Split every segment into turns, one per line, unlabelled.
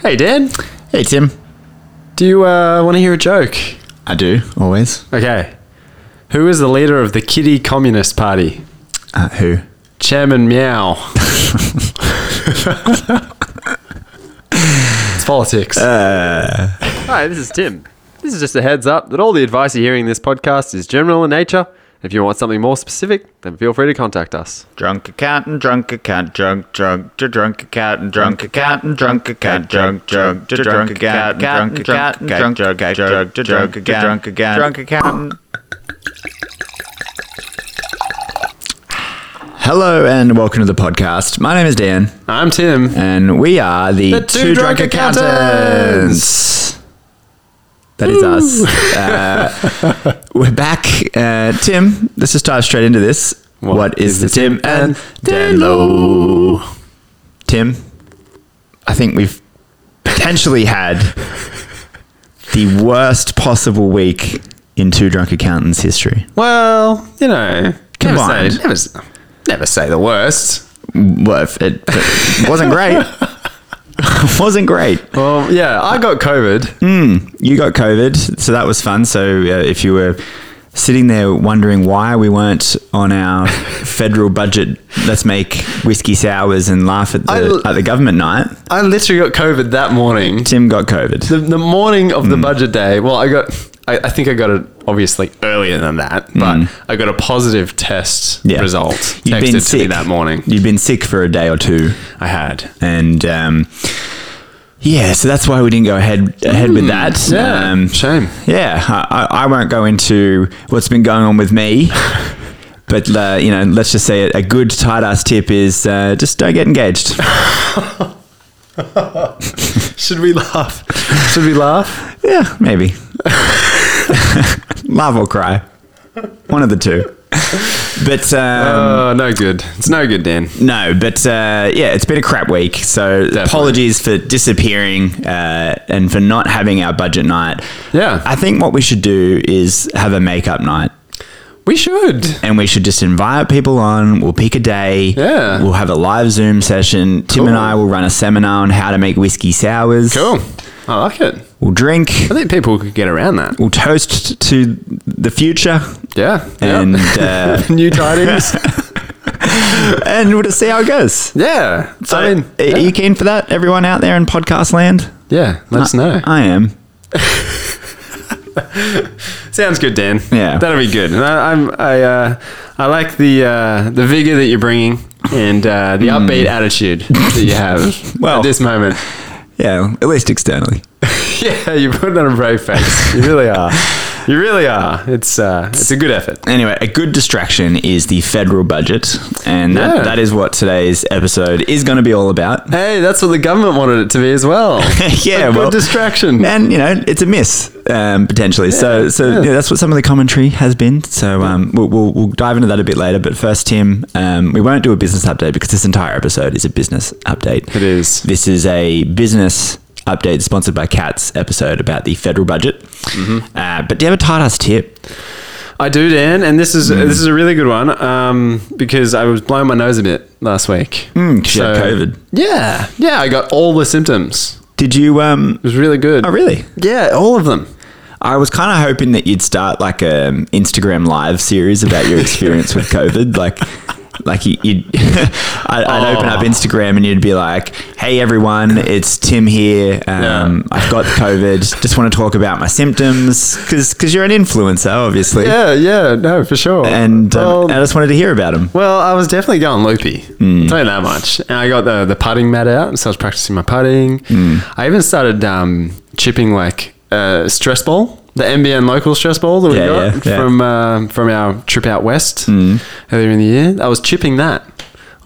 Hey, Dan,
Hey, Tim.
do you uh, want to hear a joke?
I do, always.
Okay. Who is the leader of the Kitty Communist Party?
Uh, who?
Chairman Meow. it's politics. Uh. Hi, this is Tim. This is just a heads up that all the advice you're hearing in this podcast is general in nature. If you want something more specific, then feel free to contact us.
Drunk accountant, drunk accountant, drunk, drunk, dr- drunk accountant, drunk accountant, drunk accountant, drunk, drunk, dr- drunk accountant, drunk accountant, drunk, drunk, drunk, drunk, dr- drunk accountant, drunk accountant, drunk accountant.
Hello and welcome to the podcast. My name is Dan,
I'm Tim.
and we are the,
The Two Drunk Accountants.
That is us. Uh, we're back. Uh, Tim, let's just dive straight into this. what is, the Tim and Dan Low? Tim, I think we've potentially had the worst possible week in Two Drunk Accountants history.
Well, you know,
Combined.
Never say, never, never say the worst.
Well, if it, it wasn't great. wasn't great.
Well, yeah, I got COVID.
You got COVID, so that was fun. So uh, if you were sitting there wondering why we weren't on our federal budget, let's make whiskey sours and laugh at the
l-
at the government night.
I literally got COVID that morning.
Tim got COVID.
the, the morning of the
Hmm.
budget day, well, I got, I, I think I got it obviously earlier than that, but I got a positive test
Hmm. Yeah.
result
You'd
texted
been
to me
sick.
that morning.
You'd been sick for a day or two,
I had.
and um, yeah, so that's why we didn't go ahead ahead with that.
Hmm. Yeah,
Um,
shame.
Yeah, I, I I won't go into what's been going on with me, but uh, you know, let's just say a, a good tight ass tip is uh, just don't get engaged.
Should we laugh? Should we laugh?
yeah, maybe. Laugh or cry, one of the two. But um,
Oh, no good. It's no good, Dan.
no, but uh, yeah, it's been a crap week. So apologies for disappearing uh, and for not having our budget night.
Yeah.
I think what we should do is have a makeup night.
We should.
and we should just invite people on. We'll pick a day.
Yeah.
We'll have a live Zoom session. Tim and
Cool.
I will run a seminar on how to make whiskey sours.
Cool. I like it.
We'll drink.
I think people could get around that.
We'll toast to the future,
Yeah.
and
yeah.
uh,
new tidings.
and we'll just see how it goes.
yeah.
So,
I mean,
are
yeah.
you keen for that, everyone out there in podcast land?
yeah, let us know.
I am.
Sounds good, Dan.
Yeah.
that'll be good. And I, I'm, I, uh, I like the uh, the vigor that you're bringing and uh, the upbeat attitude that you have
Well-
at this moment.
Yeah, at least externally.
Yeah, you're putting on a brave face. You really are. You really are. It's uh, it's a good effort.
Anyway, a good distraction is the federal budget, and that,
Yeah.
that is what today's episode is going to be all about.
Hey, that's what the government wanted it to be as well.
yeah,
a good
well,
distraction.
and you know it's a miss um, potentially. so so yeah. that's what some of the commentary has been. So um, we'll, we'll we'll dive into that a bit later. But first, Tim, um, we won't do a business update because this entire episode is a business update.
It is.
This is a business update sponsored by Cats episode about the federal budget.
Mm-hmm.
Uh, but do you have a tight ass tip?
I do, Dan, and this is this is a really good one um, because I was blowing my nose a bit last week.
Hmm, 'cause you had COVID.
Yeah, yeah, I got all the symptoms.
Did you? Um,
It was really good.
oh, really?
Yeah, all of them.
I was kind of hoping that you'd start like a um, Instagram live series about your experience with COVID, like. Like you- you'd, I'd, I'd open
Oh.
up Instagram and you'd be like, "Hey everyone, it's Tim here. Um, I've got COVID. Just want to talk about my symptoms because you're an influencer, obviously,
Yeah, yeah, no, for sure.
and um,
well,
and Hmm. I just wanted to hear about them.
well, I was definitely going loopy. I'll Tell you that much. And I got the the putting mat out, so I was practicing my putting.
Hmm.
I even started um, chipping like uh, stress ball, the NBN local stress ball that we
Yeah,
got
yeah, Hmm. yeah.
from um from our trip out west earlier in the year. I was chipping that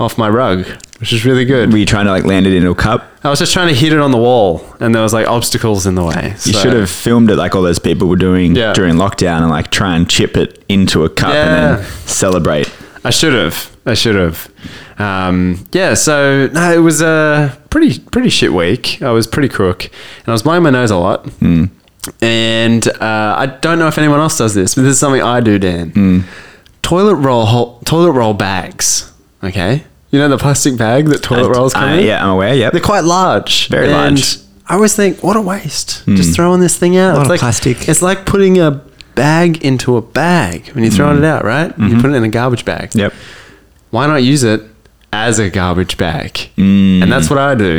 off my rug, which is really good.
Were you trying to like land it into a cup?
I was just trying to hit it on the wall, and there was like obstacles in the way.
You
so-
should have filmed it like all those people were doing
Yeah.
during lockdown and like try and chip it into a cup and
Yeah.
then celebrate.
I should have. I should have. Um, yeah. So no, it was a pretty pretty shit week. I was pretty crook, and I was blowing my nose a lot.
Hmm.
And uh, I don't know if anyone else does this, but this is
Hmm.
something I do, Dan. Toilet roll hol- toilet roll bags. Okay. You know the plastic bag that toilet rolls come
Uh,
in?
yeah, I'm aware. Yep.
They're quite large.
Very
And
large. Hmm.
I always think, what a waste. Just throwing this thing out.
lot
it's
of
like,
plastic.
It's like putting a bag into a bag when you're throwing
Hmm.
it out, right?
Mm-hmm.
You put it in a garbage bag.
Yep.
Why not use it as a garbage bag? And that's what I do.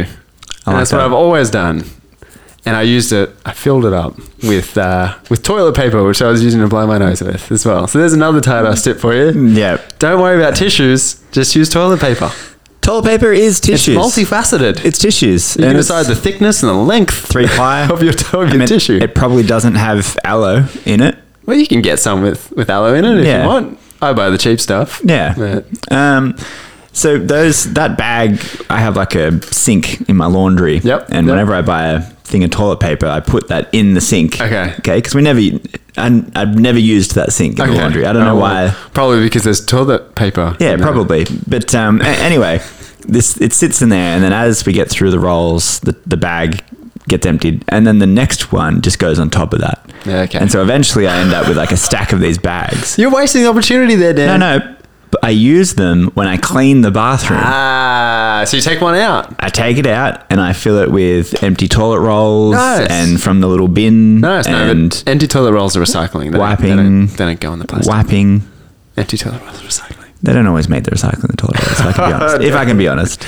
and
Mm. like
that's
that.
what I've always done. And I used it, I filled it up with uh, with toilet paper, which I was using to blow my nose with as well. So there's another tie-dye tip for you.
Yep.
Don't worry about tissues. Just use toilet paper.
Toilet paper is tissues.
It's multifaceted.
It's tissues.
you can
And
decide
it's
the thickness and the length
three ply
of your, of your
I mean,
tissue.
It probably doesn't have aloe in it.
well, you can get some with, with aloe in it if
Yeah.
you want. I buy the cheap stuff.
Yeah.
But-
Um, so those that bag, I have like a sink in my laundry.
Yep,
And
yep.
whenever I buy a thing of toilet paper, I put that in the sink.
Okay.
Okay. Because we never, I, I've never used that sink in the
Okay.
laundry. I don't know
Oh,
why.
well, Probably because there's toilet paper.
Yeah,
in there.
probably. But um, a- anyway, this it sits in there, and then as we get through the rolls, the, the bag gets emptied, and then the next one just goes on top of that.
Yeah, okay.
And so eventually, I end up with like a stack of these bags.
You're wasting the opportunity there,
No,
Dan.
no, but I use them when I clean the bathroom.
Ah, so you take one out.
I take it out and I fill it with empty toilet rolls
Nice.
and from the little bin
Nice, no,
and
but empty toilet rolls are recycling. They don't-
Wiping.
They don't, they don't go in the plastic.
wiping.
Empty toilet rolls are recycling.
They don't always make the recycling the toilet rolls. If I can be honest, if I can be honest,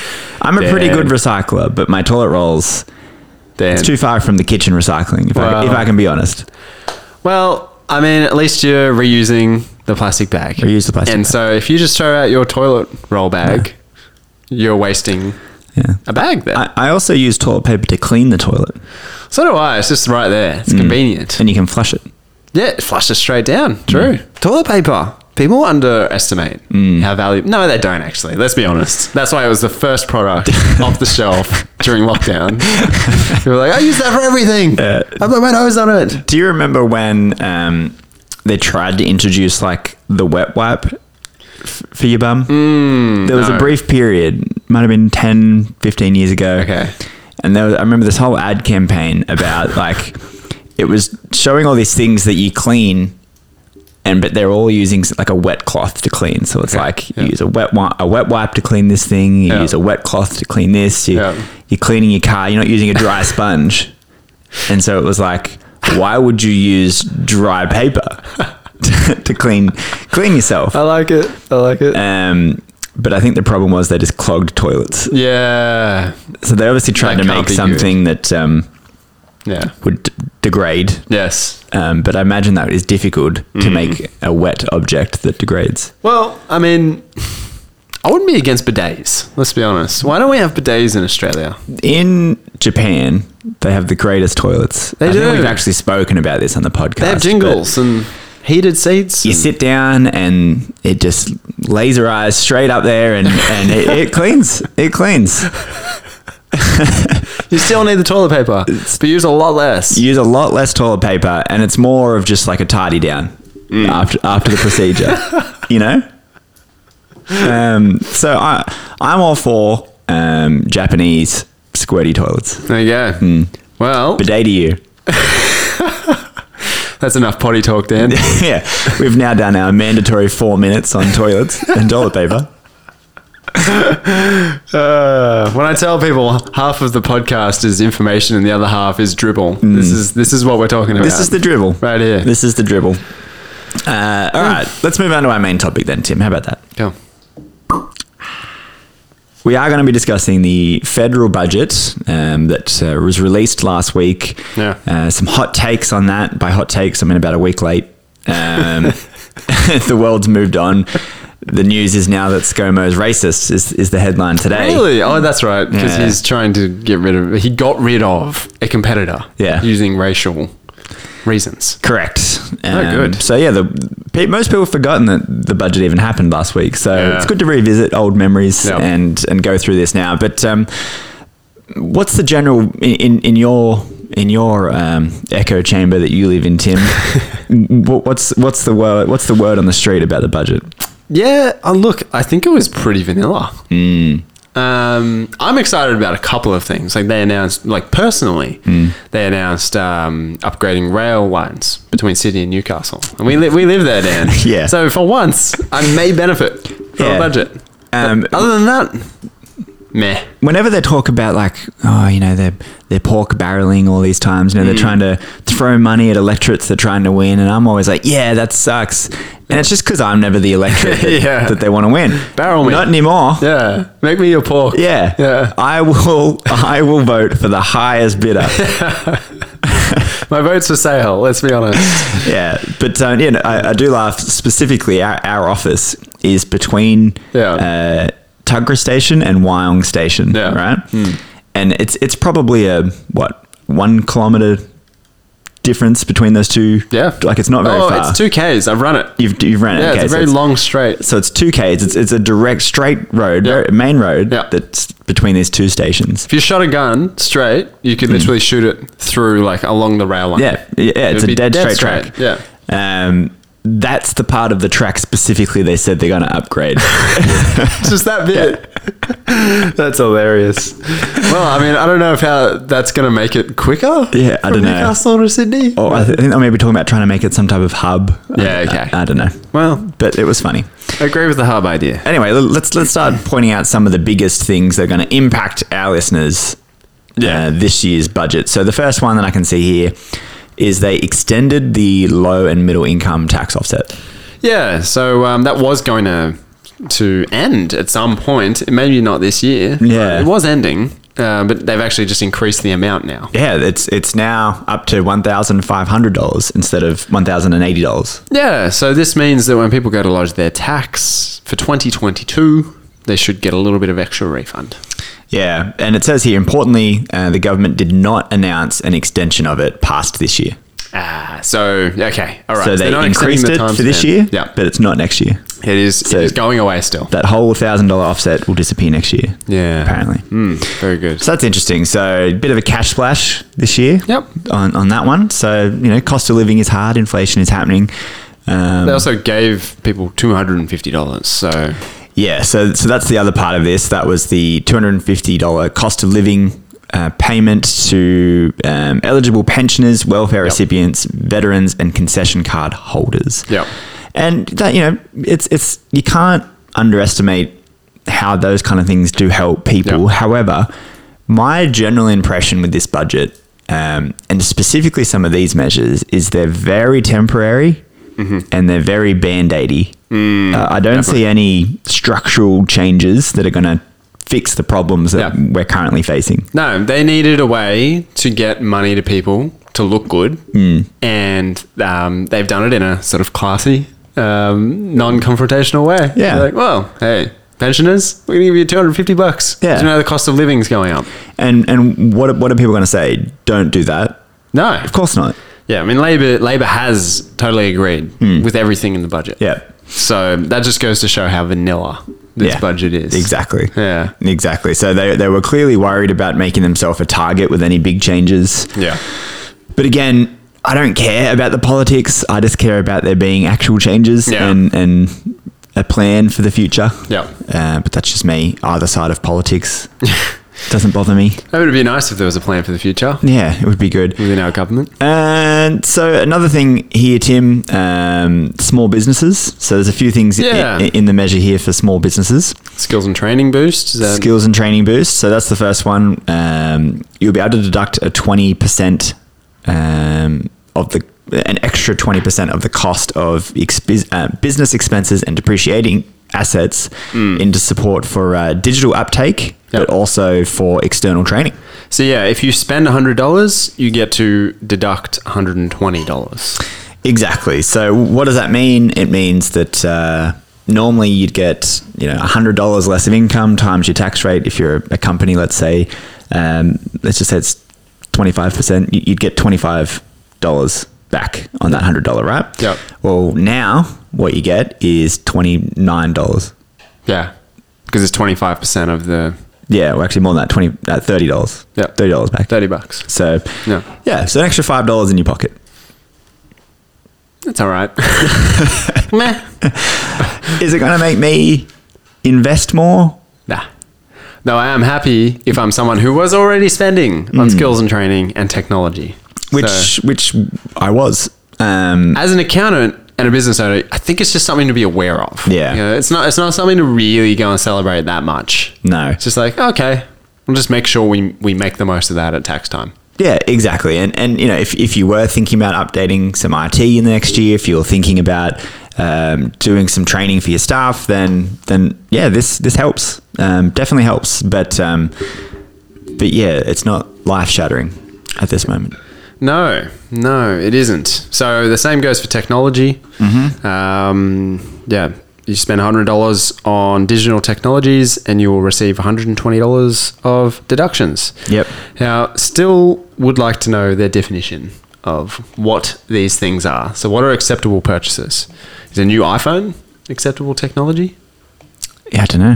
I'm a pretty
Damn.
good recycler, but my toilet rolls.
Dan.
It's too far from the kitchen recycling, if, I,
Wow.
if I can be honest.
Well, I mean, at least you're reusing the plastic bag.
Reuse the plastic
And
bag.
so if you just throw out your toilet roll bag, you're wasting
Yeah.
a bag there.
I, I also use toilet paper to clean the toilet,
so do I. It's just right there.
Mm.
It's convenient.
and you can flush it.
Yeah, it flushes straight down. True. Toilet paper. People underestimate how valuable. No, they don't actually. Let's be honest. That's why it was the first product off the shelf during lockdown. People were like, I use that for everything. I blow my nose on it.
Do you remember when um, they tried to introduce like the wet wipe f- for your bum? there was a
Mm, no.
brief period, might have been 10, 15 years ago.
Okay.
And there was, I remember this whole ad campaign about like, it was showing all these things that you clean. And but they're all using s- like a wet cloth to clean, so it's
Okay,
like
yeah.
you use a wet wi- a wet wipe to clean this thing. You
Yeah.
use a wet cloth to clean this. You,
Yeah.
You're cleaning your car. You're not using a dry sponge. And so it was like, why would you use dry paper to clean clean yourself?
I like it. I like it.
Um, but I think the problem was they just clogged toilets.
yeah.
So they obviously tried
That
to
can't
make
be
something that um,
Yeah.
would d- degrade.
Yes.
Um, but I imagine that is difficult
Mm-hmm.
to make a wet object that degrades.
Well, I mean, I wouldn't be against bidets. Let's be honest. Why don't we have bidets in Australia?
In Japan, they have the greatest toilets.
They
I think
do.
we've actually spoken about this on the podcast.
They have
but-
jingles and heated seats.
you
and-
sit down and it just laser eyes straight up there and, and it, it cleans. It cleans.
You still need the toilet paper, but use a lot less.
You use a lot less toilet paper and it's more of just like a tidy down after after the procedure. you know? Um, so I I'm all for um, Japanese squirty toilets.
There you go.
Hmm.
Well,
Bidet to you.
that's enough potty talk, Dan.
yeah. We've now done our mandatory four minutes on toilets and toilet paper.
Uh, when I tell people half of the podcast is information and the other half is dribble, this is this is what we're talking about.
Hmm. This is the dribble.
right here.
This is the dribble. Uh, all right, let's move on to our main topic then, Tim. How about that?
Cool.
We are going to be discussing the federal budget um, that uh, was released last week.
Yeah.
Uh, some hot takes on that. By hot takes, I mean about a week late. Um, the world's moved on. The news is now that ScoMo is racist, is, is the headline today.
Really? Oh, that's right. Because
Yeah.
he's trying to get rid of. He got rid of a competitor.
Yeah.
Using racial reasons.
Correct. Um,
Oh, good.
So yeah, the pe- most people have forgotten that the budget even happened last week. So
Yeah.
it's good to revisit old memories
Yep.
and and go through this now. But um, what's the general in in, in your in your um, echo chamber that you live in, Tim? wh- what's what's the word what's the word on the street about the budget?
Yeah. Oh, look, I think it was pretty vanilla.
Hmm.
Um, I'm excited about a couple of things. Like they announced, like personally,
Hmm.
they announced um, upgrading rail lines between Sydney and Newcastle, and we li- we live there, Dan.
Yeah.
So for once, I may benefit from
Yeah.
a budget.
Um,
Other than that, meh.
whenever they talk about like oh you know they're they're pork barreling all these times you know they're
Mm.
trying to throw money at electorates they're trying to win and i'm always like yeah that sucks and it's just because i'm never the electorate that,
Yeah.
that they want to win
Barrel me.
not anymore yeah.
Yeah, make me your pork.
yeah
yeah.
i will i will vote for the highest bidder
My vote's for sale. Let's be honest.
yeah but um, yeah no, I, I do laugh specifically our, our office is between
Yeah.
uh, tugra station and wyong station
Yeah. Hmm.
right and it's it's probably a what one kilometer difference between those two
Yeah,
like it's not very
oh,
far
it's two k's. I've run it.
you've, you've ran it
Yeah,
okay,
it's a
so
very long straight.
so it's two k's it's, it's a direct straight road
Yeah.
very- main road
Yeah.
that's between these two stations
If you shot a gun straight, you could literally shoot it through like along the rail line.
yeah yeah it's
would
a
be
dead,
dead
straight, track
straight, yeah.
um that's the part of the track specifically they said they're going to upgrade
It's just that bit. that's hilarious. Well, I mean, I don't know if how that's going to make it quicker.
Yeah, I
from
don't know.
Newcastle to Sydney.
Oh, I, th- I think they may be talking about trying to make it some type of hub.
Yeah,
I-
okay.
I, I don't know,
Well,
but it was funny.
I agree with the hub idea.
Anyway, l- let's let's start pointing out some of the biggest things that are going to impact our listeners.
Yeah.
uh, this year's budget. So the first one that I can see here is they extended the low and middle income tax offset.
Yeah, so um, that was going to to end at some point. Maybe not this year.
Yeah.
it was ending, uh, but they've actually just increased the amount now.
Yeah, it's it's now up to one thousand five hundred dollars instead of one thousand and eighty dollars.
Yeah, so this means that when people go to lodge their tax for 2022, they should get a little bit of extra refund.
Yeah, and it says here importantly, uh, the government did not announce an extension of it past this year.
Ah, so okay, all right.
so they
they're not extending
increased
the
it
time
for this
span.
year,
Yeah,
but it's not next year.
it is.
so-
it is going away still.
That whole thousand dollar offset will disappear next year.
Yeah.
apparently.
Mm, very good.
So that's interesting. So a bit of a cash splash this year.
Yep.
On, on that one. So you know, cost of living is hard, inflation is happening. Um,
They also gave people two hundred and fifty dollars. So
yeah. So so that's the other part of this. That was the two hundred and fifty dollar cost of living. Uh, payment to um, eligible pensioners, welfare recipients, veterans, and concession card holders.
Yep.
and that you know it's it's you can't underestimate how those kind of things do help people
Yeah.
however my general impression with this budget um, and specifically some of these measures is they're very temporary
Mm-hmm.
and they're very band-aidy
Mm,
uh, i don't see any structural changes that are going to fix the problems that
Yeah.
we're currently facing
no, they needed a way to get money to people to look good,
Hmm.
and um, they've done it in a sort of classy, um, non-confrontational way.
Yeah.
They're like, well, hey, pensioners, we're gonna give you two hundred fifty bucks.
Yeah.
Do you know the cost of living's going up?
and and what, are- what are people going to say don't do that
No,
of course not
Yeah, I mean, Labor Labor has totally agreed with everything in the budget.
Hmm. yeah
So that just goes to show how vanilla this
Yeah,
budget is.
Exactly.
Yeah.
Exactly. So they, they were clearly worried about making themselves a target with any big changes.
Yeah.
But again, I don't care about the politics. I just care about there being actual changes
Yeah.
and, and a plan for the future.
Yeah.
Uh, but that's just me, either side of politics. Doesn't bother me.
That would be nice if there was a plan for the future
Yeah, it would be good.
within our government.
And so another thing here, Tim, um, small businesses. So there's a few things i-
Yeah.
i- in the measure here for small businesses.
Skills and training boost. Is um, that,
skills and training boost. So that's the first one. Um, you'll be able to deduct a twenty percent um, of the an extra twenty percent of the cost of exp- uh, business expenses and depreciating assets into support for uh, digital uptake, but also for external training.
so yeah, if you spend hundred dollars, you get to deduct one hundred and twenty dollars.
Exactly. So what does that mean? It means that uh, normally you'd get you know hundred dollars less of income times your tax rate if you're a company. Let's say, um, let's just say it's twenty five percent. You'd get twenty five dollars back on that hundred dollar, right?
Yep.
Well, now what you get is twenty nine dollars.
Yeah, because it's twenty five percent of the
Yeah, well, actually more than that, twenty uh, thirty dollars.
Yep.
thirty dollars back.
thirty bucks.
So
Yeah.
yeah, so an extra five dollars in your pocket.
That's all right. Meh.
Is it going to make me invest more?
Nah. No, I am happy if I'm someone who was already spending on skills and training and technology.
Hmm. which
So,
which I was. Um,
as an accountant, and a business owner, I think it's just something to be aware of.
Yeah.
You know, it's not it's not something to really go and celebrate that much.
No.
It's just like, okay, we'll just make sure we, we make the most of that at tax time.
Yeah, exactly. And and you know, if, if you were thinking about updating some IT in the next year, if you're thinking about um, doing some training for your staff, then then yeah, this this helps. Um, definitely helps. But um, but yeah, it's not life shattering at this moment.
No, no, it isn't. So the same goes for technology. Um, yeah, you spend $100 on digital technologies and you will receive $120 of deductions.
Yep.
Now, still would like to know their definition of what these things are. So, what are acceptable purchases? Is a new iPhone acceptable technology?
Yeah, I don't know.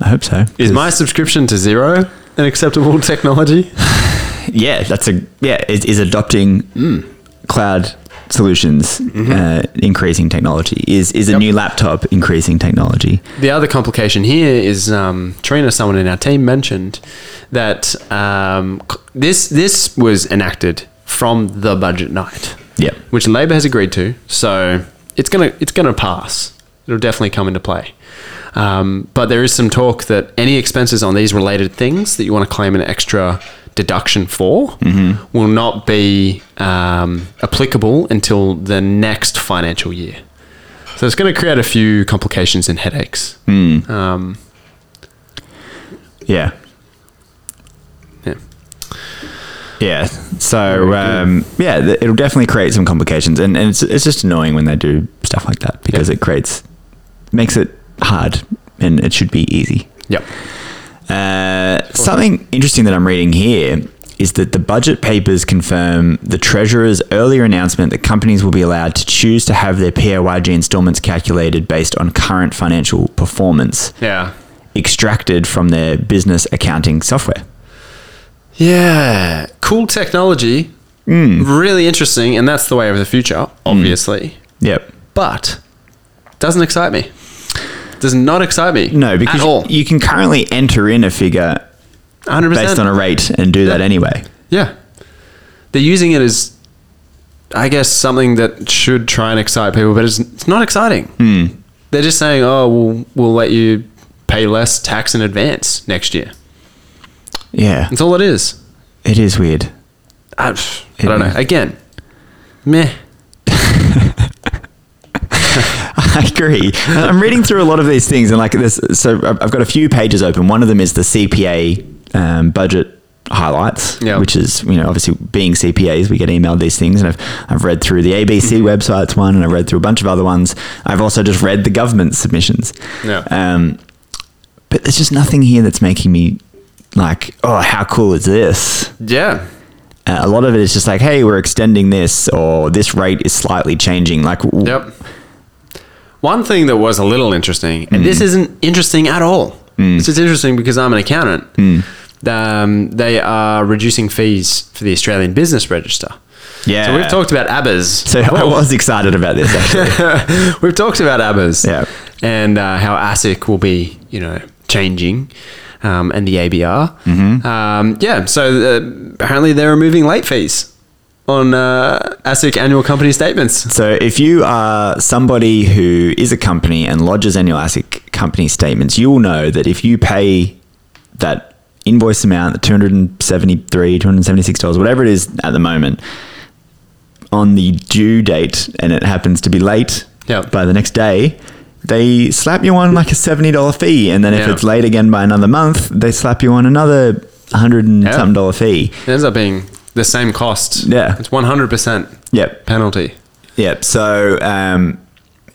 I hope so.
Is my subscription to Zero an acceptable technology?
yeah, that's a yeah is, is adopting cloud solutions, uh, increasing technology. Is is a
Yep.
new laptop increasing technology?
The other complication here is um, Trina, someone in our team, mentioned that um, c- this this was enacted from the budget night,
Yep.
which Labor has agreed to. So it's gonna it's gonna pass. It'll definitely come into play. Um, but there is some talk that any expenses on these related things that you want to claim an extra deduction for will not be um, applicable until the next financial year. So it's going to create a few complications and headaches. Um,
Yeah.
yeah.
Yeah. So um, yeah, th- it'll definitely create some complications, and, and it's it's just annoying when they do stuff like that because it creates makes it hard, and it should be easy.
Yep.
Uh, something interesting that I'm reading here is that the budget papers confirm the treasurer's earlier announcement that companies will be allowed to choose to have their PAYG installments calculated based on current financial performance
Yeah.
extracted from their business accounting software.
Yeah. Cool technology. Really interesting. And that's the way of the future, obviously.
Yep.
But doesn't excite me. Does not excite me.
No, because
at all.
you can currently enter in a figure
100%.
based on a rate and do that anyway.
yeah. They're using it as, I guess, something that should try and excite people, but it's, it's not exciting.
Hmm.
They're just saying, oh, we'll, we'll let you pay less tax in advance next year.
Yeah,
That's all it is.
it is weird.
I, I don't know. Again, meh.
I agree. I'm reading through a lot of these things, and like this, so I've I've got a few pages open. One of them is the CPA um, budget highlights,
Yeah.
which is you know obviously being CPAs, we get emailed these things, and I've I've read through the ABC
Mm-hmm.
websites one, and I've read through a bunch of other ones. I've also just read the government submissions.
Yeah.
Um, but there's just nothing here that's making me like, oh, how cool is this?
Yeah.
Uh, a lot of it is just like, hey, we're extending this, or this rate is slightly changing. Like, w-
Yep. One thing that was a little interesting, and
Hmm.
this isn't interesting at all. This is interesting because I'm an accountant.
Hmm.
Um, they are reducing fees for the Australian Business Register.
yeah.
So we've talked about ABBAs.
So I was excited about this. Actually.
We've talked about ABBAs
Yeah.
and uh, how ASIC will be, you know, changing um, and the ABR.
Mm-hmm.
Um, yeah, so uh, apparently they're removing late fees on uh, ASIC annual company statements.
so if you are somebody who is a company and lodges annual ASIC company statements, you will know that if you pay that invoice amount, the 273 $276, whatever it is at the moment, on the due date, and it happens to be late
Yeah.
by the next day, they slap you on like a $70 fee. And then if
Yeah.
it's late again by another month, they slap you on another 100 and
Yeah.
something dollar fee.
It ends up being the same cost.
Yeah.
It's 100%
Yep.
penalty.
Yep. So, um,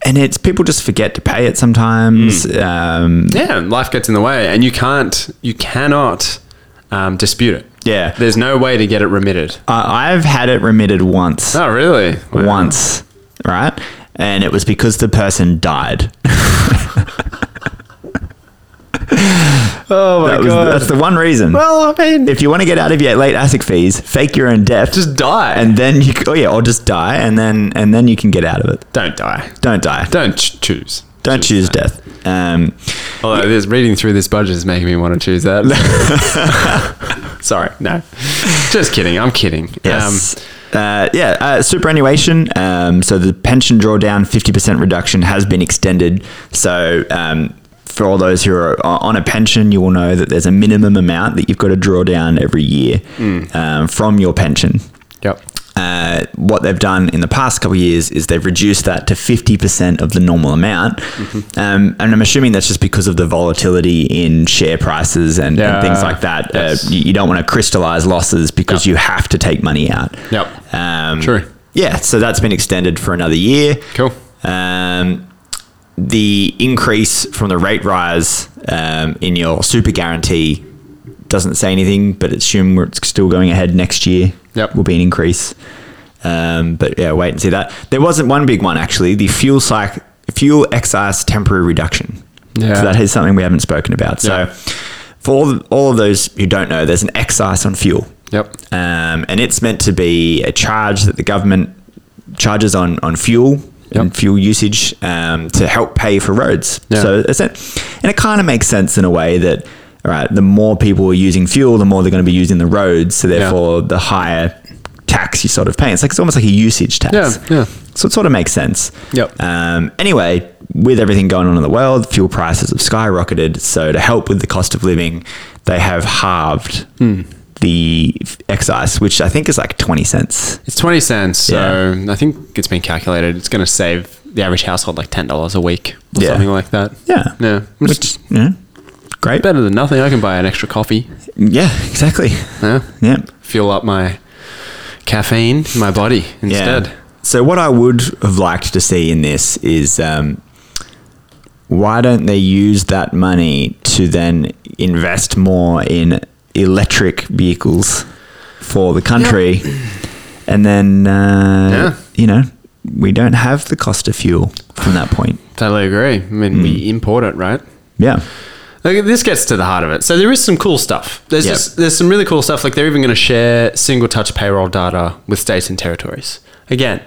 and it's people just forget to pay it sometimes.
Hmm.
Um,
Yeah, and life gets in the way, and you can't, you cannot um, dispute it.
yeah.
There's no way to get it remitted.
I I've had it remitted once.
Oh, really? Wow.
Once, right? And it was because the person died.
Oh my
That was, that's the one reason.
well, I mean,
if you want to get out of your late ASIC fees, fake your own death,
just die
and then you, c- oh yeah, or just die, and then and then you can get out of it.
don't die.
Don't die. Don't,
Don't ch- choose.
choose death. Um,
Although this reading through this budget is making me want to choose that. Sorry, no. Just kidding. I'm kidding.
Yes.
Um,
Uh, yeah, uh, superannuation. Um, so the pension drawdown 50% reduction has been extended. So um, for all those who are o- on a pension, you will know that there's a minimum amount that you've got to draw down every year
Hmm.
um, from your pension.
Um, Yep.
Uh, what they've done in the past couple of years is they've reduced that to 50% of the normal amount.
Mm-hmm.
Um, and I'm assuming that's just because of the volatility in share prices and, and things
Yeah.
like that.
Yes.
Uh, you, you don't want to crystallize losses because
Yep.
you have to take money out.
Yep.
Um,
True.
Yeah, so that's been extended for another year.
Cool.
Um, the increase from the rate rise um, in your super guarantee doesn't say anything, but assume we're it's still going ahead next year.
Yep.
Will be an increase. Um, but yeah, wait and see that. There wasn't one big one actually. The fuel cycle, fuel excise temporary reduction.
Yeah.
So that is something we haven't spoken about. So
Yeah.
for all, all of those who don't know, there's an excise on fuel.
Yep.
Um, and it's meant to be a charge that the government charges on, on fuel and
Yep.
fuel usage um, to help pay for roads.
Yeah.
So it's a, and it kind of makes sense in a way that, all right, the more people are using fuel, the more they're going to be using the roads. So therefore, the higher tax you sort of pay. It's like it's almost like a usage tax.
Yeah, yeah.
So it sort of makes sense.
Yep.
Um, anyway, with everything going on in the world, fuel prices have skyrocketed. So to help with the cost of living, they have halved the f- excise, which I think is like twenty cents.
It's 20 cents. So I think it's been calculated. It's going to save the average household like $10 a week or
Yeah.
something like that.
Yeah.
Yeah. Which
Which yeah, great.
better than nothing. I can buy an extra coffee.
yeah, exactly.
Yeah.
Yeah.
Fuel up my caffeine, in my body instead.
Yeah. So what I would have liked to see in this is um, why don't they use that money to then invest more in electric vehicles for the country, and then uh, you know we don't have the cost of fuel from that point.
Totally agree. I mean,
Hmm.
we import it, right?
Yeah.
Okay, this gets to the heart of it. So there is some cool stuff. There's
Yep.
just, there's some really cool stuff. Like they're even going to share single touch payroll data with states and territories. Again,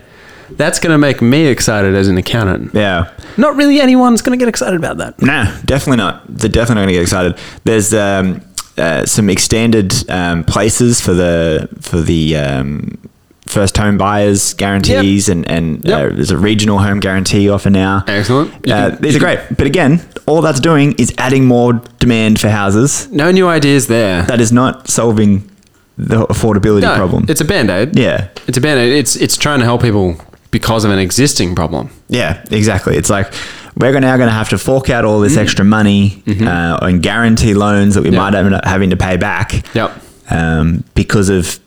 that's going to make me excited as an accountant.
Yeah.
Not really anyone's going to get excited about that.
No, definitely not. They're definitely not going to get excited. There's um, uh, some extended um, places for the for the um, first home buyers guarantees, and and
Yep.
uh, there's a regional home guarantee offer now.
Excellent. You
Uh,
can-
these
you
are great, but again, all that's doing is adding more demand for houses.
No new ideas there.
That is not solving the affordability
no,
problem.
It's a band aid.
yeah,
It's a band aid. It's, it's trying to help people because of an existing problem.
Yeah, exactly. It's like we're now going to have to fork out all this extra money uh, and guarantee loans that we
Mm-hmm. Yeah.
might end up having to pay back
Yep.
um, because of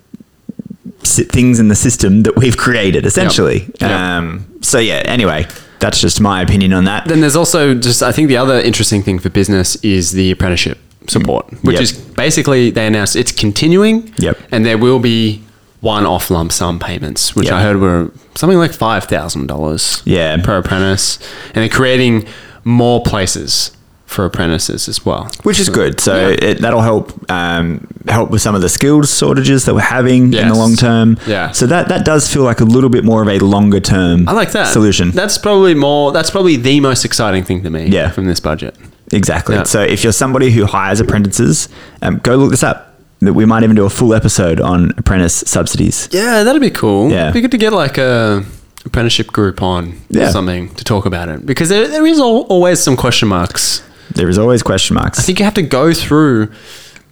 si- things in the system that we've created, essentially.
Yep.
Um, so, yeah, anyway, that's just my opinion on that.
Then there's also just I think the other interesting thing for business is the apprenticeship support, which
Yep.
is basically they announced it's continuing.
Yep.
And there will be one off lump sum payments, which
Yep.
I heard were something like five thousand dollars.
Yeah.
Per apprentice, and they're creating more places for apprentices as well.
which is good. So
Yeah.
it, that'll help um, help with some of the skills shortages that we're having in the
Yes.
long term.
Yeah.
So that that does feel like a little bit more of a longer term.
I like that
solution.
That's probably more. That's probably the most exciting thing to me.
Yeah.
From this budget.
Exactly.
Yeah.
So if you're somebody who hires apprentices, um, go look this up. That we might even do a full episode on apprentice subsidies.
Yeah, that'd be cool.
Yeah.
be good to get like a apprenticeship group on
Yeah.
or something to talk about it because there, there is al- always some question marks.
There is always question marks.
I think you have to go through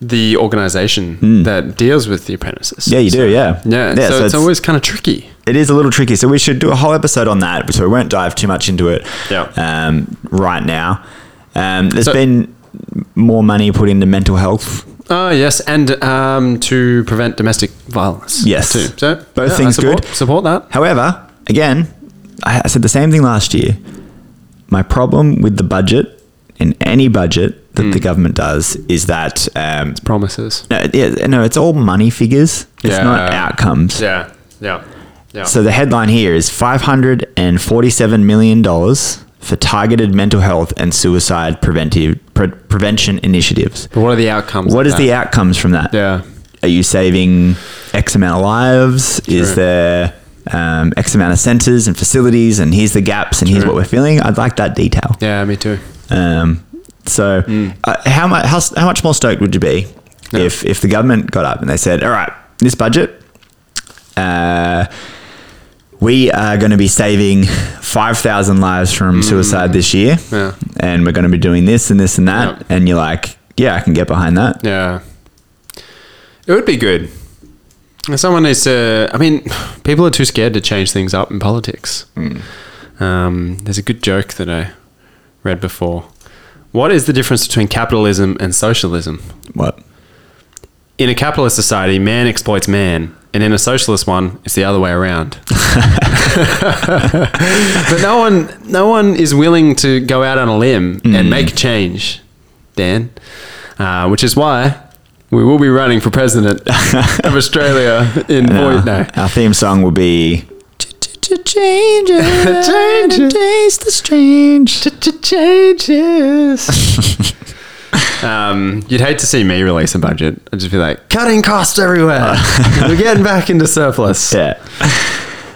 the organization that deals with the apprentices.
Hmm. yeah, you do.
So-
Yeah.
Yeah, so, it's, always kind of tricky.
it is a little tricky. So we should do a whole episode on that. So we won't dive too much into it.
Yeah.
Um, right now, um, there's
So-
been more money put into mental health.
Oh yes, and um, to prevent domestic violence.
Yes.
too. So
Both
I
things
support,
good.
Support that.
However, again, I I said the same thing last year. My problem with the budget and any budget that the
Hmm.
government does is that um,
Promises.
No, it- yeah, no, it's all money figures. It's
Yeah.
not outcomes.
Yeah. Yeah. Yeah.
So the headline here is $547 million for targeted mental health and suicide preventive pre- prevention initiatives.
but what are the outcomes?
What
of
is the
that?
outcomes from that?
Yeah.
Are you saving X amount of lives? Is
True.
there um, X amount of centers and facilities? And here's the gaps and here's
True.
what we're feeling? I'd like that detail.
Yeah. Me too.
Um, so, uh, how much how, how much more stoked would you be
Mm. Yeah.
if if the government got up and they said, "All right, this budget, uh, We are going to be saving 5,000 lives from suicide this year.
Mm. Yeah.
And we're going to be doing this and this and that.
Yeah.
And you're like, yeah, I can get behind that.
Yeah. It would be good. Someone needs to. I mean, people are too scared to change things up in politics. Um, there's a good joke that I read before. What is the difference between capitalism and socialism?
What?
In a capitalist society, man exploits man, and in a socialist one, it's the other way around. but no one, no one is willing to go out on a limb and make change, Dan. Uh, which is why we will be running for president of Australia in
No.
point. No.
Our theme song will be. Change it,
Change it.
taste the strange.
Changes. um, you'd hate to see me release a budget. I'd just be like, cutting costs everywhere. We're getting back into surplus.
Yeah.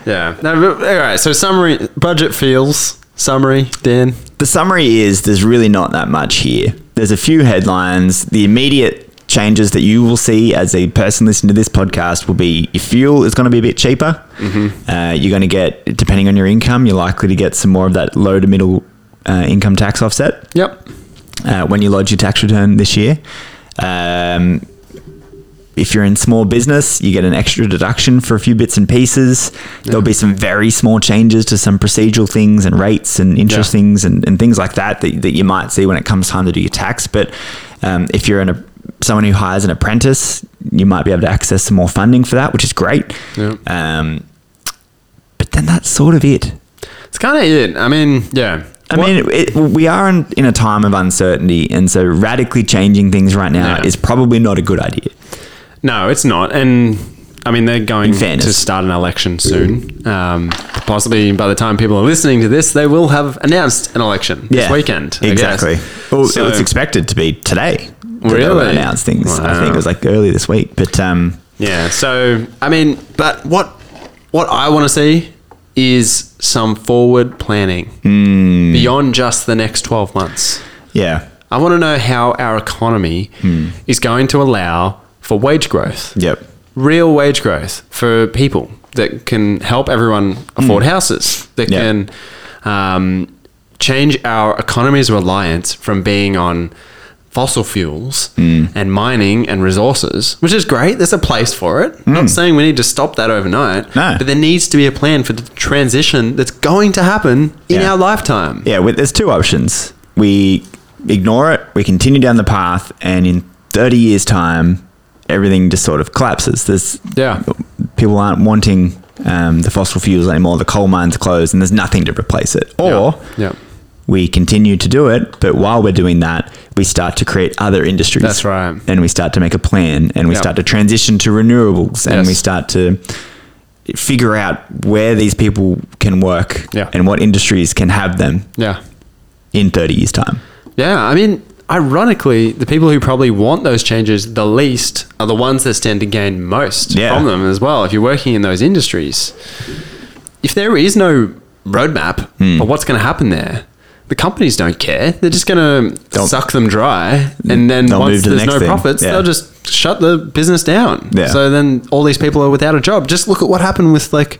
Yeah. No, but, all right. So summary, budget feels summary. Dan.
the summary is there's really not that much here. There's a few headlines. The immediate changes that you will see as a person listening to this podcast will be your fuel is going to be a bit cheaper. Uh, you're going to get, depending on your income, you're likely to get some more of that low to middle uh, income tax offset
Yep.
uh, when you lodge your tax return this year. Um, if you're in small business, you get an extra deduction for a few bits and pieces. There'll be some very small changes to some procedural things and rates and interest
Yeah.
things and, and things like that, that that you might see when it comes time to do your tax. But um, if you're in a someone who hires an apprentice, you might be able to access some more funding for that, which is great.
Yeah.
Um, but then that's sort of it.
It's kind of it. I mean, yeah.
I
What-
mean, it, we are in, in a time of uncertainty, and so radically changing things right now
Yeah.
is probably not a good idea.
no, it's not. And I mean, they're going
fairness.
to start an election soon. Um, possibly by the time people are listening to this, they will have announced an election this weekend. I guess.
exactly. Well,
So-
it was expected to be today. that they
Really?
would announce things. I think
Wow.
it was like early this week, but um,
Yeah. So I mean, but what what I want to see is some forward planning
Hmm.
beyond just the next twelve months.
yeah,
I want to know how our economy
Hmm.
is going to allow for wage growth,
yep,
real wage growth for people that can help everyone afford houses, that
Hmm. Yeah.
can um, change our economy's reliance from being on fossil fuels
Hmm.
and mining and resources, which is great. There's a place for it. I'm not saying we need to stop that overnight,
Hmm. No.
but there needs to be a plan for the transition that's going to happen in
Yeah.
our lifetime.
yeah. Well, there's two options. We ignore it. We continue down the path, and in 30 years' time, everything just sort of collapses. There's
Yeah.
people aren't wanting um, the fossil fuels anymore. The coal mines are closed, and there's nothing to replace it. Or
Yeah.
we continue to do it, but while we're doing that, we start to create other industries.
That's right.
And we start to make a plan, and we
Yeah.
start to transition to renewables, and we
Yes.
start to figure out where these people can work
Yeah.
and what industries can have them
Yeah.
in 30 years' time.
Yeah, I mean, ironically, the people who probably want those changes the least are the ones that stand to gain most
Yeah.
from them as well. If you're working in those industries, if there is no roadmap
Hmm.
for what's going to happen there, the companies don't care. They're just going to
They'll-
suck them dry, and then
They'll
once
move to the
there's
next
no
thing.
profits,
Yeah.
they'll just shut the business down.
Yeah.
So then all these people are without a job. Just look at what happened with like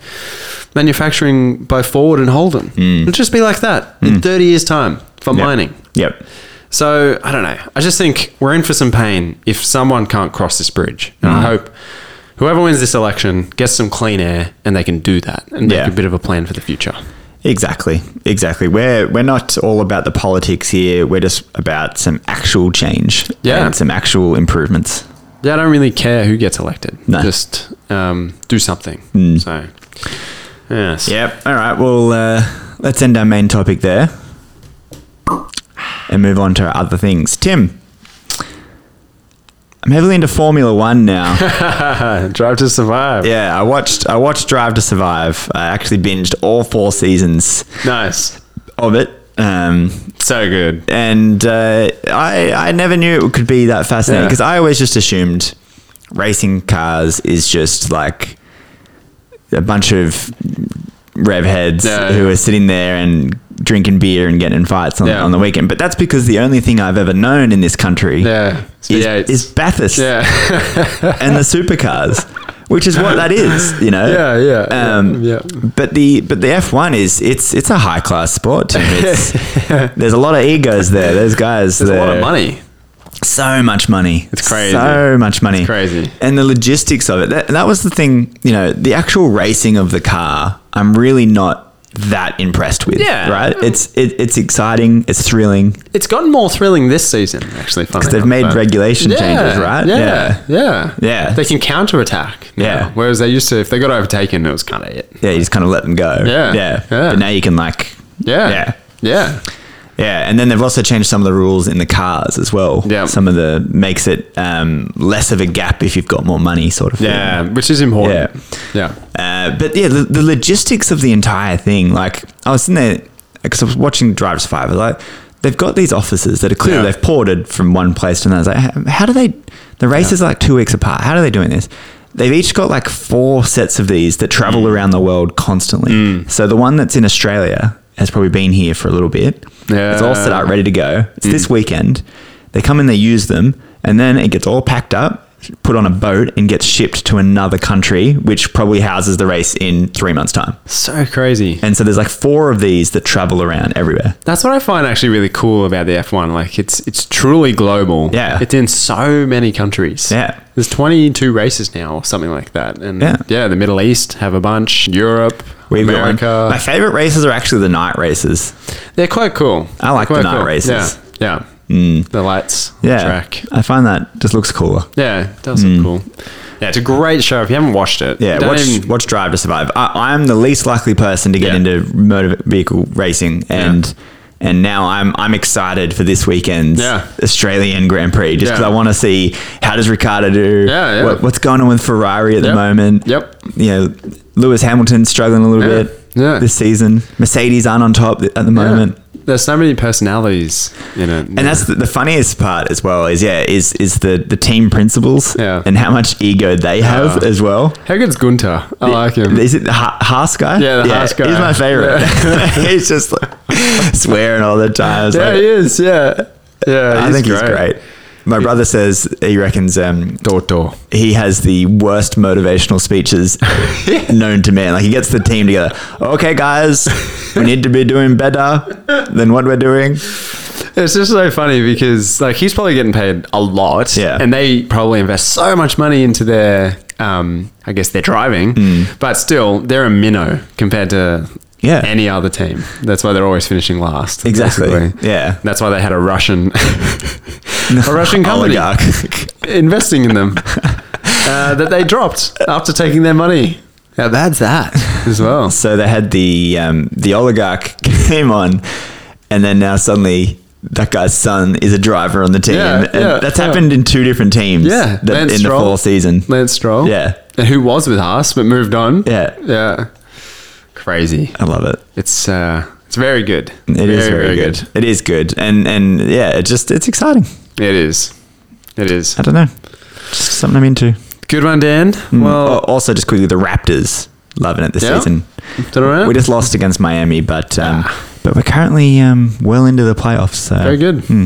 manufacturing by Ford and Holden.
Hmm.
It'll just be like that in 30 years' time for
Yep.
mining.
Yep.
So I don't know. I just think we're in for some pain if someone can't cross this bridge. And I hope whoever wins this election gets some clean air and they can do that and
Yeah.
make a bit of a plan for the future.
Exactly. Exactly. We're we're not all about the politics here. We're just about some actual change.
Yeah.
And some actual improvements.
Yeah, I don't really care who gets elected.
No.
Just um, do something. So yes.
Yep. All right. Well, uh, let's end our main topic there and move on to our other things. Tim, I'm heavily into Formula One now.
Drive to survive.
yeah, I watched I watched Drive to Survive. I actually binged all four seasons
Nice.
of it. Um,
So good.
and uh, I I never knew it could be that fascinating
Yeah.
because I always just assumed racing cars is just like a bunch of rev heads
Yeah.
who are sitting there and drinking beer and getting in fights on,
Yeah.
on the weekend. But that's because the only thing I've ever known in this country
Yeah.
is,
V8s.
is Bathurst
yeah.
and the supercars. which is what that is, you know.
Yeah, yeah, yeah,
Um,
yeah.
But the but the F one is it's it's a high class sport. Tim. It's, there's a lot of egos there. There's guys.
There's a
there.
lot of money.
So much money.
It's crazy.
So much money.
It's crazy.
And the logistics of it. That, that was the thing. You know, the actual racing of the car. I'm really not that impressed with.
Yeah.
Right. It's it, it's exciting. It's thrilling.
It's gotten more thrilling this season, actually. Because
They've made regulation changes. Right.
Yeah, yeah, yeah,
Yeah.
They can counterattack. now,
Yeah.
whereas they used to, if they got overtaken, it was kind of it.
Yeah, you just kind of let them go.
Yeah.
yeah.
Yeah.
But now you can like.
Yeah,
Yeah.
yeah,
Yeah, and then they've also changed some of the rules in the cars as well.
Yeah.
some of the makes it um, less of a gap if you've got more money, sort of. thing.
yeah, which is important. Yeah,
Uh, but yeah, the, the logistics of the entire thing. Like I was sitting there because I was watching Drive Survivor. Like they've got these offices that are clearly
Yeah.
they've ported from one place to another. It's like, how, how do they? The races are like two weeks apart. How are they doing this? They've each got like four sets of these that travel around the world constantly. So the one that's in Australia has probably been here for a little bit. It's all set
Yeah.
out ready to go. It's
Mm.
this weekend. They come in, they use them, and then it gets all packed up, put on a boat, and gets shipped to another country, which probably houses the race in three months' time.
so crazy.
And so there's like four of these that travel around everywhere.
That's what I find actually really cool about the F1. Like it's it's truly global.
Yeah.
It's in so many countries.
Yeah.
There's 22 races now or something like that. And
Yeah.
yeah, the Middle East have a bunch, Europe,
We've got one-
America.
My favorite races are actually the night races.
They're quite cool.
I like
They're
the
quite
night races. Mm.
Yeah. yeah. The lights,
Yeah,
the track.
I find that just looks cooler.
Yeah, it does look cool. Yeah, it's a great show. If you haven't watched it,
Hmm. Yeah,
don't
watch,
even-
watch Drive to Survive. I, I'm the least likely person to get
Yeah.
into motor vehicle racing, and and now I'm I'm excited for this weekend's
Yeah.
Australian Grand Prix just because
Yeah.
I want to see how does Ricardo do.
Yeah, yeah.
What, what's going on with Ferrari at the
Yep.
moment?
Yep.
You know, Lewis Hamilton struggling a little
Yeah.
bit
Yeah.
this season. Mercedes aren't on top at the moment.
Yeah. There's so many personalities in it.
And that's the, the funniest part as well is yeah is is the the team principals
Yeah.
and how much ego they have
Yeah.
as well.
How good's Gunter? I like him.
Is it the ha- Haas guy?
Yeah, the Haas guy.
He's my favorite. he's just like, swearing all the time. It's
Yeah,
like-
he is. Yeah, yeah.
I think he's great. My brother says he reckons um,
Toto.
he has the worst motivational speeches known to man. Like he gets the team together. Okay, guys, we need to be doing better than what we're doing.
It's just so funny because like he's probably getting paid a lot,
Yeah.
and they probably invest so much money into their, um, I guess their driving, but still they're a minnow compared to
Hmm. Yeah.
any other team. That's why they're always finishing last.
Exactly. Yeah.
That's why they had a Russian, a Russian company
Oligarch.
investing in them uh, that they dropped after taking their money. How bad's that as well?
So they had the um, the oligarch came on, and then now suddenly that guy's son is a driver on the team,
Yeah,
and
yeah,
that's
yeah.
happened in two different teams.
Yeah,
that, in the fall season.
Lance Stroll.
Yeah.
And who was with Haas but moved on.
Yeah.
Yeah. Crazy.
I love it.
It's uh it's very good.
It is very, good. It is good, and and yeah, it just it's exciting.
It is. It is.
I don't know, just something I'm into.
Good one, Dan.
Well,
Well,
also just quickly, the Raptors loving it this
Oh. Yeah?
season.
is that all right?
We just lost against Miami, but um, but we're currently um, well into the playoffs. So
Ah. very good.
Hmm.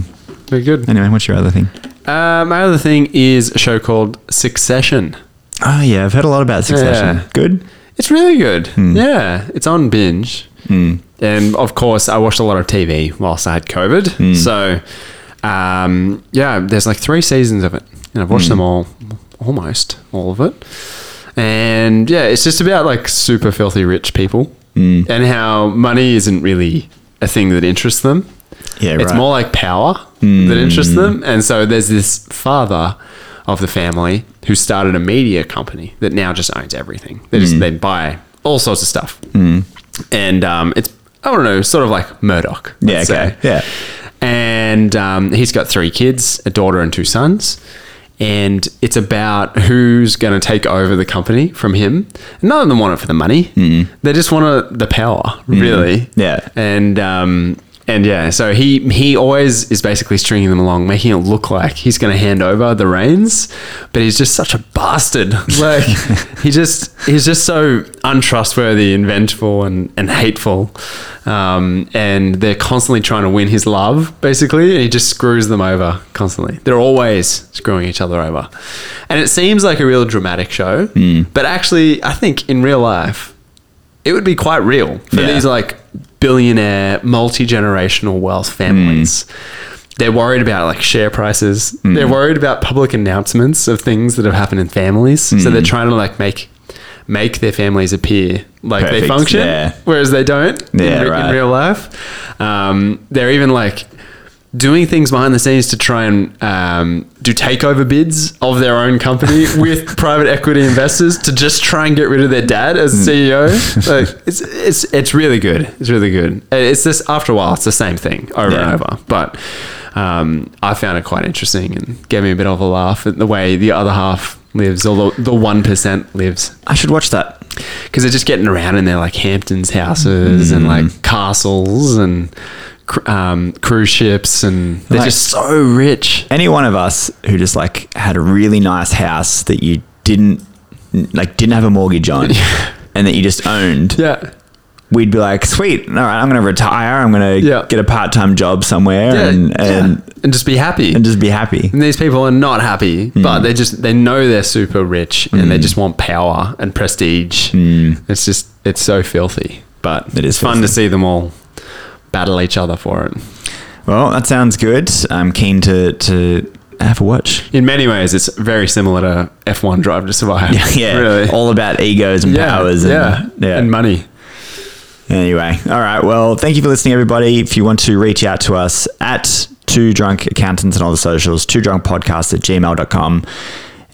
Very good.
Anyway, what's your other thing?
Uh, my other thing is a show called Succession.
Oh yeah, I've heard a lot about Succession.
Yeah.
Good.
It's really good. Yeah, it's on binge. And of course, I watched a lot of TV whilst I had COVID. So, um, yeah, there's like three seasons of it. And I've watched them all, almost all of it. And yeah, it's just about like super filthy rich people and how money isn't really a thing that interests them.
Yeah,
It's
right. Hmm.
more like power that interests them. And so there's this father of the family who started a media company that now just owns everything. They
Hmm.
just they buy all sorts of stuff. And um, it's I don't know, sort of like Murdoch.
Yeah,
let's
okay.
say.
Yeah.
And um, he's got three kids, a daughter and two sons. And it's about who's going to take over the company from him. None of them want it for the money. They just want it, the power, really.
Hmm. Yeah.
And um, And yeah, so he he always is basically stringing them along, making it look like he's going to hand over the reins, but he's just such a bastard. Like he just he's just so untrustworthy and vengeful and and hateful. Um, and they're constantly trying to win his love, basically, and he just screws them over constantly. They're always screwing each other over, and it seems like a real dramatic show, but actually, I think in real life, it would be quite real for
Yeah.
these like billionaire, multi generational wealth families.
Mm.
They're worried about like share prices. They're worried about public announcements of things that have happened in families. So
Mm.
they're trying to like make make their families appear like they
Perfect.
function,
Yeah.
whereas they don't in
Yeah,
re- in,
right.
real life. Um, they're even like doing things behind the scenes to try and um, do takeover bids of their own company with private equity investors to just try and get rid of their dad as
Hmm.
CEO. Like, it's, it's, it's really good. It's really good. It's just after a while, it's the same thing over
Yeah.
and over. But um, I found it quite interesting and gave me a bit of a laugh at the way the other half lives or the, the 1% lives
I should watch that.
because they're just getting around in their like Hamptons houses and like castles and cr- um, cruise ships, and they're
Like-
just so rich.
Any one of us who just like had a really nice house that you didn't like didn't have a mortgage on and that you just owned.
Yeah,
we'd be like, sweet, all right, I'm going to retire. I'm going to
Yeah.
get a part time job somewhere
yeah,
and,
yeah. Mm.
and,
and just be happy.
and Mm.
And
just be happy.
these people are not happy, but they just they know they're super rich and
Mm.
they just want power and prestige. It's just it's so filthy, but
It is
it's fun to
filthy.
see them all battle each other for it.
Well, that sounds good. I'm keen to, to have a watch.
In many ways, it's very similar to F1 Drive to Survive.
yeah.
really.
All about egos and
yeah,
powers. And,
yeah,
yeah.
and money.
Anyway, all right. Well, thank you for listening, everybody. If you want to reach out to us at two drunk accountants and all the socials, two drunk podcast at gmail.com.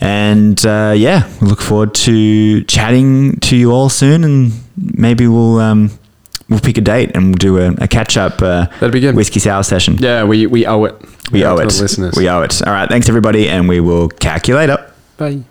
And uh, yeah, we look forward to chatting to you all soon. And maybe we'll um, we'll pick a date and we'll do a, a catch up uh,
That'd be good.
whiskey sour session.
Yeah, we, we owe it.
we owe
to
it.
the listeners.
We owe it. All right. Thanks, everybody. And we will calculate up.
Bye.